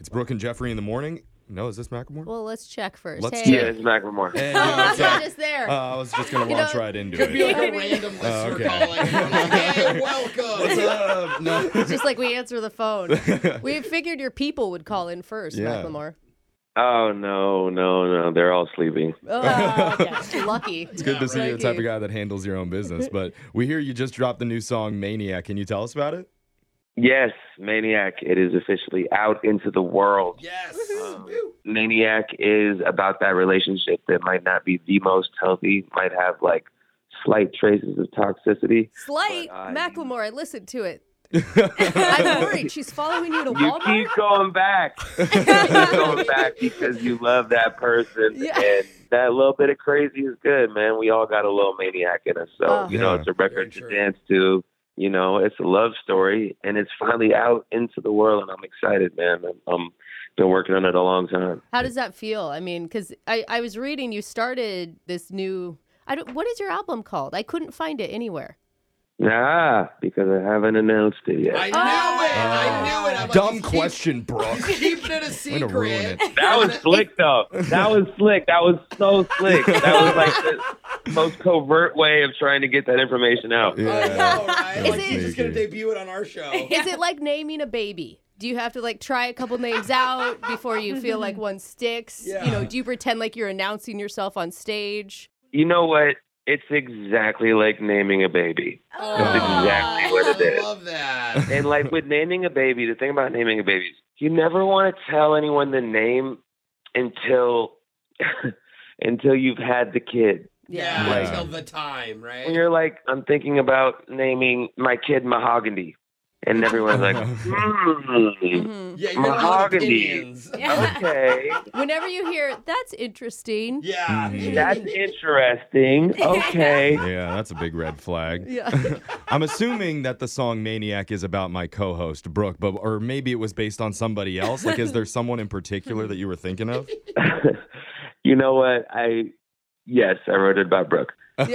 It's Brooke and Jeffrey in the morning. No, is this Macklemore? Well, let's check 1st Let's hey, check. Yeah, it's Macklemore. Hey, Oh, what's that's up? not just there. Uh, I was just gonna You launch know, right into Could be it. like a random listener Oh, okay. calling. hey, welcome. What's up? No. It's just like we answer the phone. we figured your people would call in first, Yeah. Macklemore. Oh no, no, no! They're all sleeping. Oh, okay. lucky. It's good to see you, the Lucky. type of guy that handles your own business. But we hear you just dropped the new song "Maniac." Can you tell us about it? Yes, Maniac. It is officially out into the world. Yes. Um, Maniac is about that relationship that might not be the most healthy, might have like slight traces of toxicity. Slight But I- Macklemore, I listened to it. I'm worried. She's following you to You Walmart. keep going back. you keep going back because you love that person. Yeah. And that little bit of crazy is good, man. We all got a little maniac in us. So, Oh. you know, Yeah. it's a Very record to true. dance to. You know, it's a love story and it's finally out into the world. And I'm excited, man. i I'm been working on it a long time. How does that feel? I mean, because I, I was reading you started this new. I don't, what is your album called? I couldn't find it anywhere. Nah, because I haven't announced it yet. I knew it. I knew it. I'm like, Ah. Dumb he's question, Brooke. Keep, keeping it a Way to secret. ruin it. That was slick, though. That was slick. That was so slick. That was like the most covert way of trying to get that information out. I Yeah. know, right? Is like, it- he's just gonna debut it on our show. Is it like naming a baby? Do you have to like try a couple names out before you feel like one sticks? Yeah. You know, do you pretend like you're announcing yourself on stage? You know what? It's exactly like naming a baby. exactly what it I is. love that. And like with naming a baby, the thing about naming a baby is you never want to tell anyone the name until until you've had the kid. Yeah, Yeah. until the time, right? And you're like, I'm thinking about naming my kid Mahogany. And everyone's like, hmm, Mhm. yeah, you're gonna have a lot of Mahogany. opinions. okay. Mm-hmm. Whenever you hear that's interesting. Yeah. Mhm. That's interesting. Okay. Yeah, that's a big red flag. Yeah. I'm assuming that the song Maniac is about my co-host Brooke, but or maybe it was based on somebody else. Like is there someone in particular that you were thinking of? you know what? I yes, I wrote it about Brooke. Yeah.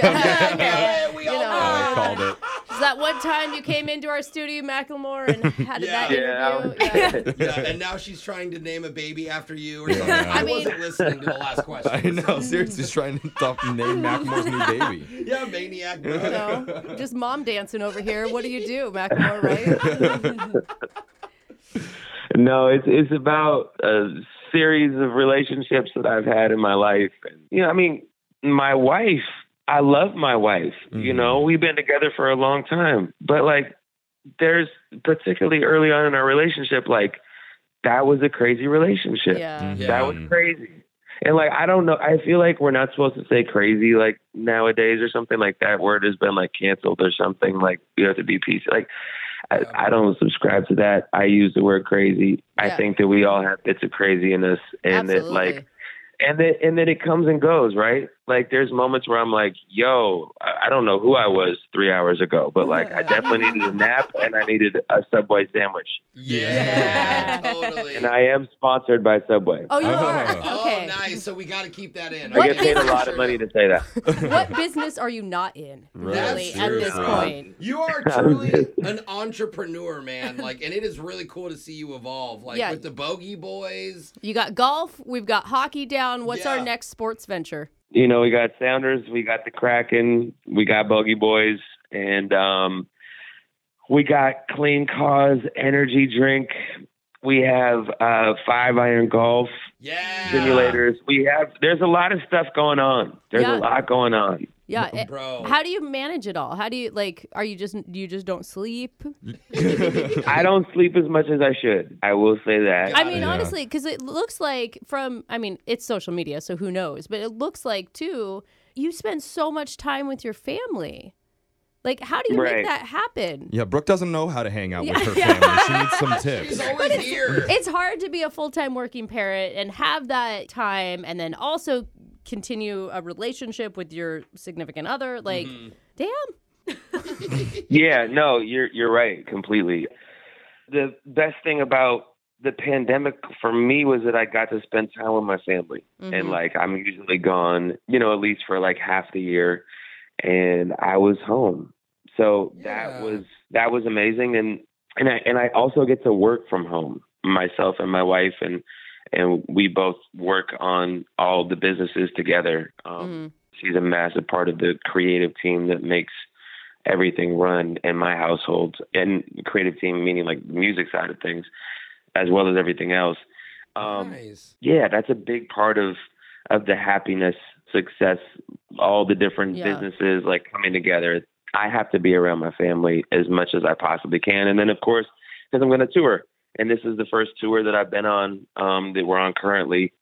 Yeah, we You all know. I know. called it. Is that one time you came into our studio, Macklemore, and had that Yeah. interview? Yeah. Yeah, and now she's trying to name a baby after you or Yeah. something. I I mean- wasn't listening to the last question. I know, seriously, just trying to talk name Macklemore's new baby. Yeah, maniac. Bro. You know, just mom dancing over here. What do you do, Macklemore? Right? No, it's it's about a series of relationships that I've had in my life. And, you know, I mean, my wife. I love my wife. You Mhm. know, we've been together for a long time, but like, there's particularly early on in our relationship, like that was a crazy relationship. yeah. Yeah. That was crazy. And like I don't know, I feel like we're not supposed to say crazy like nowadays or something like that word has been like canceled or something like you have to be peace. Like I, I don't subscribe to that. I use the word crazy. Yeah. I think that we all have bits of crazy in us and that Absolutely. like and then and then it comes and goes, right? Like there's moments where I'm like, yo, I I don't know who I was three hours ago, but like I definitely needed a nap and I needed a Subway sandwich. Yeah, totally. And I am sponsored by Subway. oh, you oh, are. Okay. nice. So we got to keep that in. I What get paid a lot of money to say that. What business are you not in, Right. really, That's at this true. point? You are truly an entrepreneur, man. Like, and it is really cool to see you evolve. Like Yeah. with the Bogey Boys. You got golf. We've got hockey down. What's our Yeah. next sports venture? you know, we got Sounders, we got the Kraken, we got Bogey Boys, and um, we got Clean Cause Energy Drink. We have uh, Five Iron Golf Yeah. simulators. We have there's a lot of stuff going on. There's Yeah. a lot going on. Yeah. eh, Bro. How do you manage it all? How do you like? Are you just you just don't sleep? I don't sleep as much as I should. I will say that. I mean, Yeah. honestly, because it looks like from I mean, it's social media, so who knows? But it looks like too you spend so much time with your family. Like, how do you Right. make that happen? Yeah, Brooke doesn't know how to hang out with Yeah. her family. She needs some tips. She's always here. It's hard to be a full time working parent and have that time, and then also continue a relationship with your significant other. Like, Mm-hmm. damn. Yeah, no, you're you're right completely. The best thing about the pandemic for me was that I got to spend time with my family. Mm-hmm. And like I'm usually gone, you know, at least for like half the year and I was home. So Yeah. that was that was amazing and and I and I also get to work from home. myself and my wife and and we both work on all the businesses together. Mm-hmm. Um, She's a massive part of the creative team that makes everything run in my household, and creative team meaning like the music side of things, as well as everything else. Um, nice. yeah, that's a big part of of the happiness, success, all the different Yeah. businesses like coming together. I have to be around my family as much as I possibly can, and then of course, because I'm going to tour, and this is the first tour that I've been on um, that we're on currently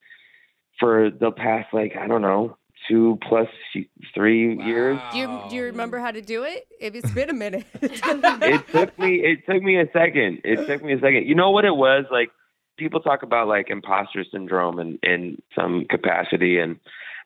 for the past like I don't know two plus three years. Do you do you Wow. remember how to do it? If it's been a minute. it took me it took me a second it took me a second you know what it was like people talk about like imposter syndrome in in some capacity and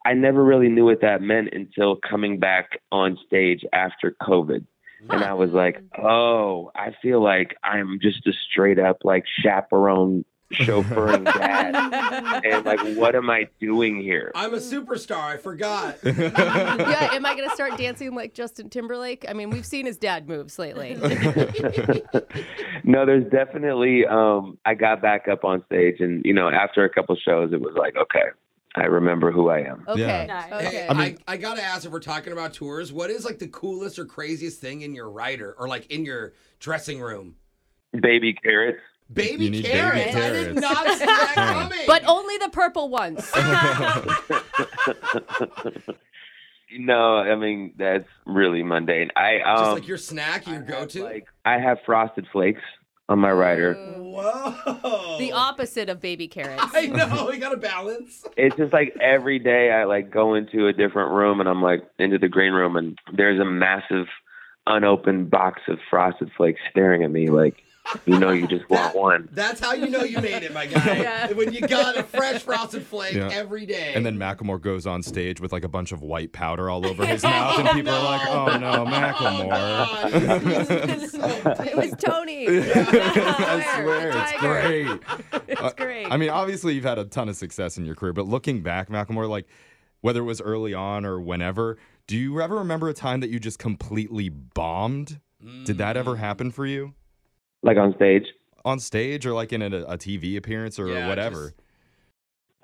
i never really knew what that meant until coming back on stage after covid and i was like oh i feel like i'm just a straight up like chaperone chauffeuring dad and like what am i doing here I'm a superstar. I forgot. yeah, am I gonna start dancing like Justin Timberlake? I mean, we've seen his dad moves lately. no, there's definitely. Um, I got back up on stage, and you know, after a couple shows, it was like, okay, I remember who I am. Okay. Nice. Okay. Hey, I I, mean- I, gotta ask if we're talking about tours, what is like the coolest or craziest thing in your rider or like in your dressing room? Baby carrots. Baby need baby carrots. I did carrots. not see that coming. But only the purple ones. No, I mean that's really mundane. I um, just like your snack, your I go have, to. like I have frosted flakes on my rider. Whoa. the opposite of baby carrots. I know. We got to balance. It's just like every day I like go into a different room, and I'm like into the green room, and there's a massive unopened box of frosted flakes staring at me like you know you just want one That's how you know you made it, my guy. Yeah. When you got a fresh frosted flake Yeah. every day. And then Macklemore goes on stage with like a bunch of white powder all over his mouth, and people are like, "Oh no, Macklemore!" Oh, God. He's so It was Tony. I swear, it's Tiger. great. It's great. I mean, obviously, you've had a ton of success in your career, but looking back, Macklemore, like whether it was early on or whenever, do you ever remember a time that you just completely bombed? Did that Mm. ever happen for you like on stage on stage or like in a, a TV appearance or Yeah, whatever?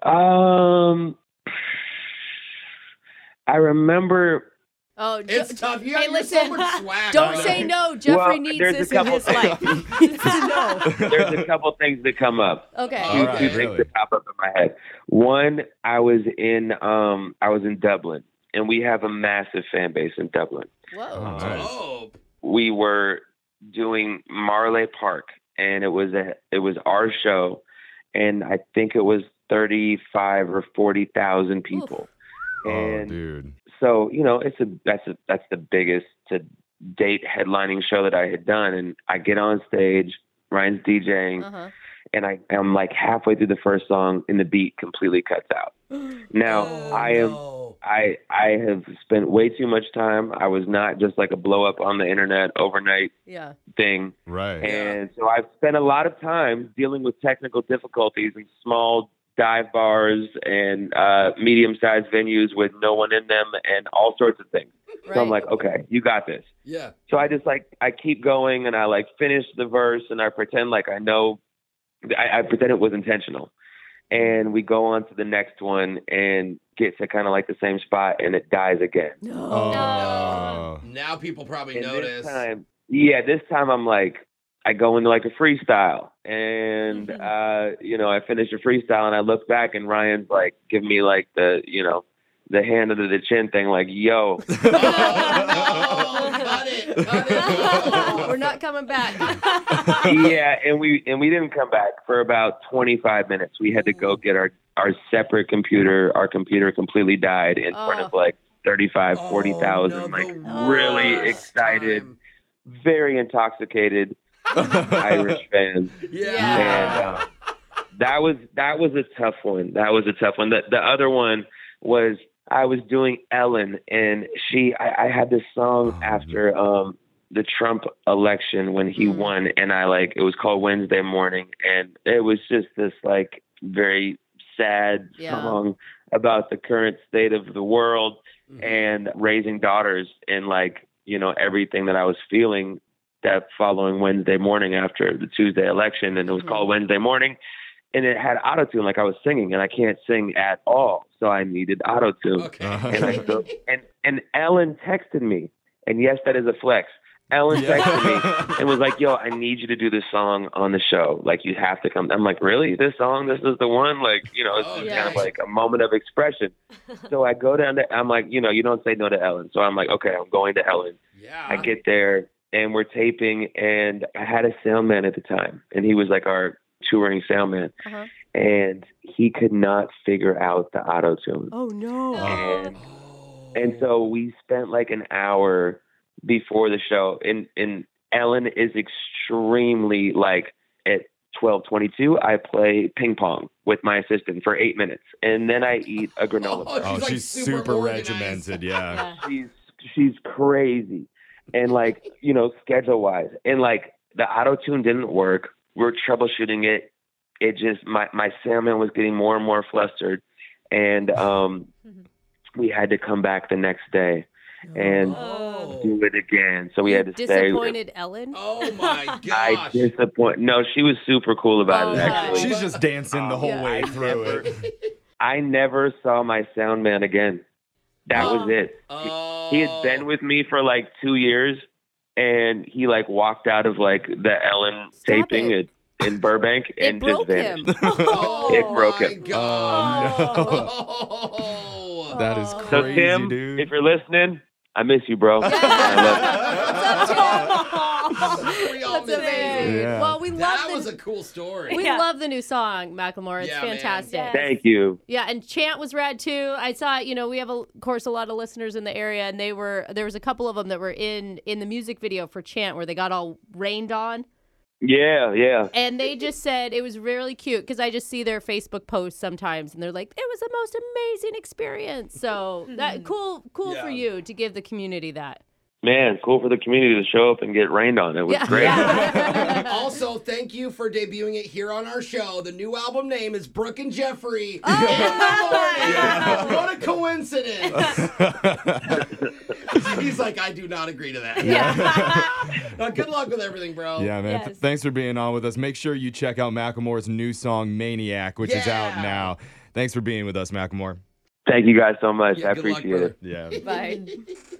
Um, I remember. oh, Jo- Mm. It's tough. You got Hey, you're listen. so much swag. Don't on say it. no. Jeffrey Well, needs there's a this in couple his life. He needs to know. There's a couple things that come up. Okay. Two, All right, two things really? that pop up in my head. One, I was in um, I was in Dublin, and we have a massive fan base in Dublin. Oh, Whoa. uh-huh. nice. Oh, We were doing Marley Park, and it was a it was our show, and I think it was thirty five or forty thousand people. Oh, and dude. so you know it's a that's a that's the biggest to date headlining show that I had done, and I get on stage, Ryan's DJing, Uh-huh. and I am like halfway through the first song, and the beat completely cuts out. Now Oh, Uh, I am no. I I have spent way too much time. I was not just like a blow up on the internet overnight Yeah. thing. Right. And so I've spent a lot of time dealing with technical difficulties in small dive bars and uh, medium sized venues with no one in them and all sorts of things. Right. So I'm like, okay, you got this. Yeah. So I just like I keep going and I like finish the verse and I pretend like I know I, I pretend it was intentional. And we go on to the next one and get to kind of like the same spot and it dies again. no. Oh. Now people probably And notice. this time, yeah, this time I'm like, I go into like a freestyle, and uh, you know, I finish a freestyle, and I look back, and Ryan's like, give me like the, you know, the hand under the chin thing, like, yo, Oh, no. Cut it. Cut it. No. We're not coming back. yeah, and we and we didn't come back for about 25 minutes. We had to go get our our separate computer. Our computer completely died in front of Oh. like 35, Oh, 40,000, no, like the really worst excited, time. very intoxicated Irish fans. Yeah. And uh, that was that was a tough one. That was a tough one. The the other one was I was doing Ellen, and she I, I had this song Oh, after um the Trump election when he Mm. won, and I like it was called Wednesday Morning, and it was just this like very sad Yeah. song about the current state of the world and raising daughters and like you know everything that I was feeling that following Wednesday morning after the Tuesday election, and it was Mm-hmm. called Wednesday morning, and it had auto tune like I was singing, and I can't sing at all, so I needed auto tune. Okay. Uh-huh. And, I still, and and Ellen texted me, and yes, that is a flex. Ellen texted Oh, me and was like, "Yo, I need you to do this song on the show. Like, you have to come." I'm like, "Really? This song? This is the one?" Like, you know, it's Oh, just yeah. kind of like a moment of expression. so I go down to, I'm like, you know, you don't say no to Ellen. So I'm like, okay, I'm going to Ellen. yeah. I get there and we're taping, and I had a soundman at the time, and he was like our touring soundman, Uh-huh. and he could not figure out the auto tune, Oh no. and Oh. and so we spent like an hour before the show, and and Ellen is extremely like at. 12:22 I play ping pong with my assistant for 8 minutes and then I eat a granola bar. Oh, She's, she's, like, super super, organized. regimented. Yeah. Yeah. she's she's crazy and like you know schedule wise and like the auto tune didn't work we're troubleshooting it it just my my salmon was getting more and more flustered and um Mhm. we had to come back the next day and oh. do it again so we You had to stay disappointed Ellen. Oh my i gosh. disappoint no she was super cool about Oh, it actually She's just dancing Oh, the whole Yeah. way through it. i never saw my sound man again that was Oh. it oh. he had been with me for like two years and he like walked out of like the ellen Stop taping it. at- in burbank It and just broke vanished him. Oh, It broke my him. God. Oh, Oh. That is So, so crazy, tim dude. if you're listening i miss you bro I love you. We all That's miss amazing. you. Yeah. Well, we That love was the, a cool story. we Yeah. love the new song, Macklemore. It's Yeah, man. fantastic. Yes. thank you Yeah, and Chant was rad too. I saw, you know, we have a, of course a lot of listeners in the area, and they were there was a couple of them that were in in the music video for Chant where they got all rained on, yeah yeah and they just said it was really cute because I just see their Facebook posts sometimes, and they're like, it was the most amazing experience. So that cool, cool for Yeah. you to give the community that. man cool for the community to show up and get rained on it was Yeah. great Yeah. also, thank you for debuting it here on our show. The new album name is Brooke and Jeffrey. yeah. In the morning. What a coincidence. He's like, I do not agree to that. Now, good luck with everything, bro. Yeah, man. Th- Yes. Thanks for being on with us. Make sure you check out Macklemore's new song, Maniac, which is out Yeah. now. Thanks for being with us, Macklemore. thank you guys so much Yeah, i good luck, appreciate brother. it Yeah. Bye.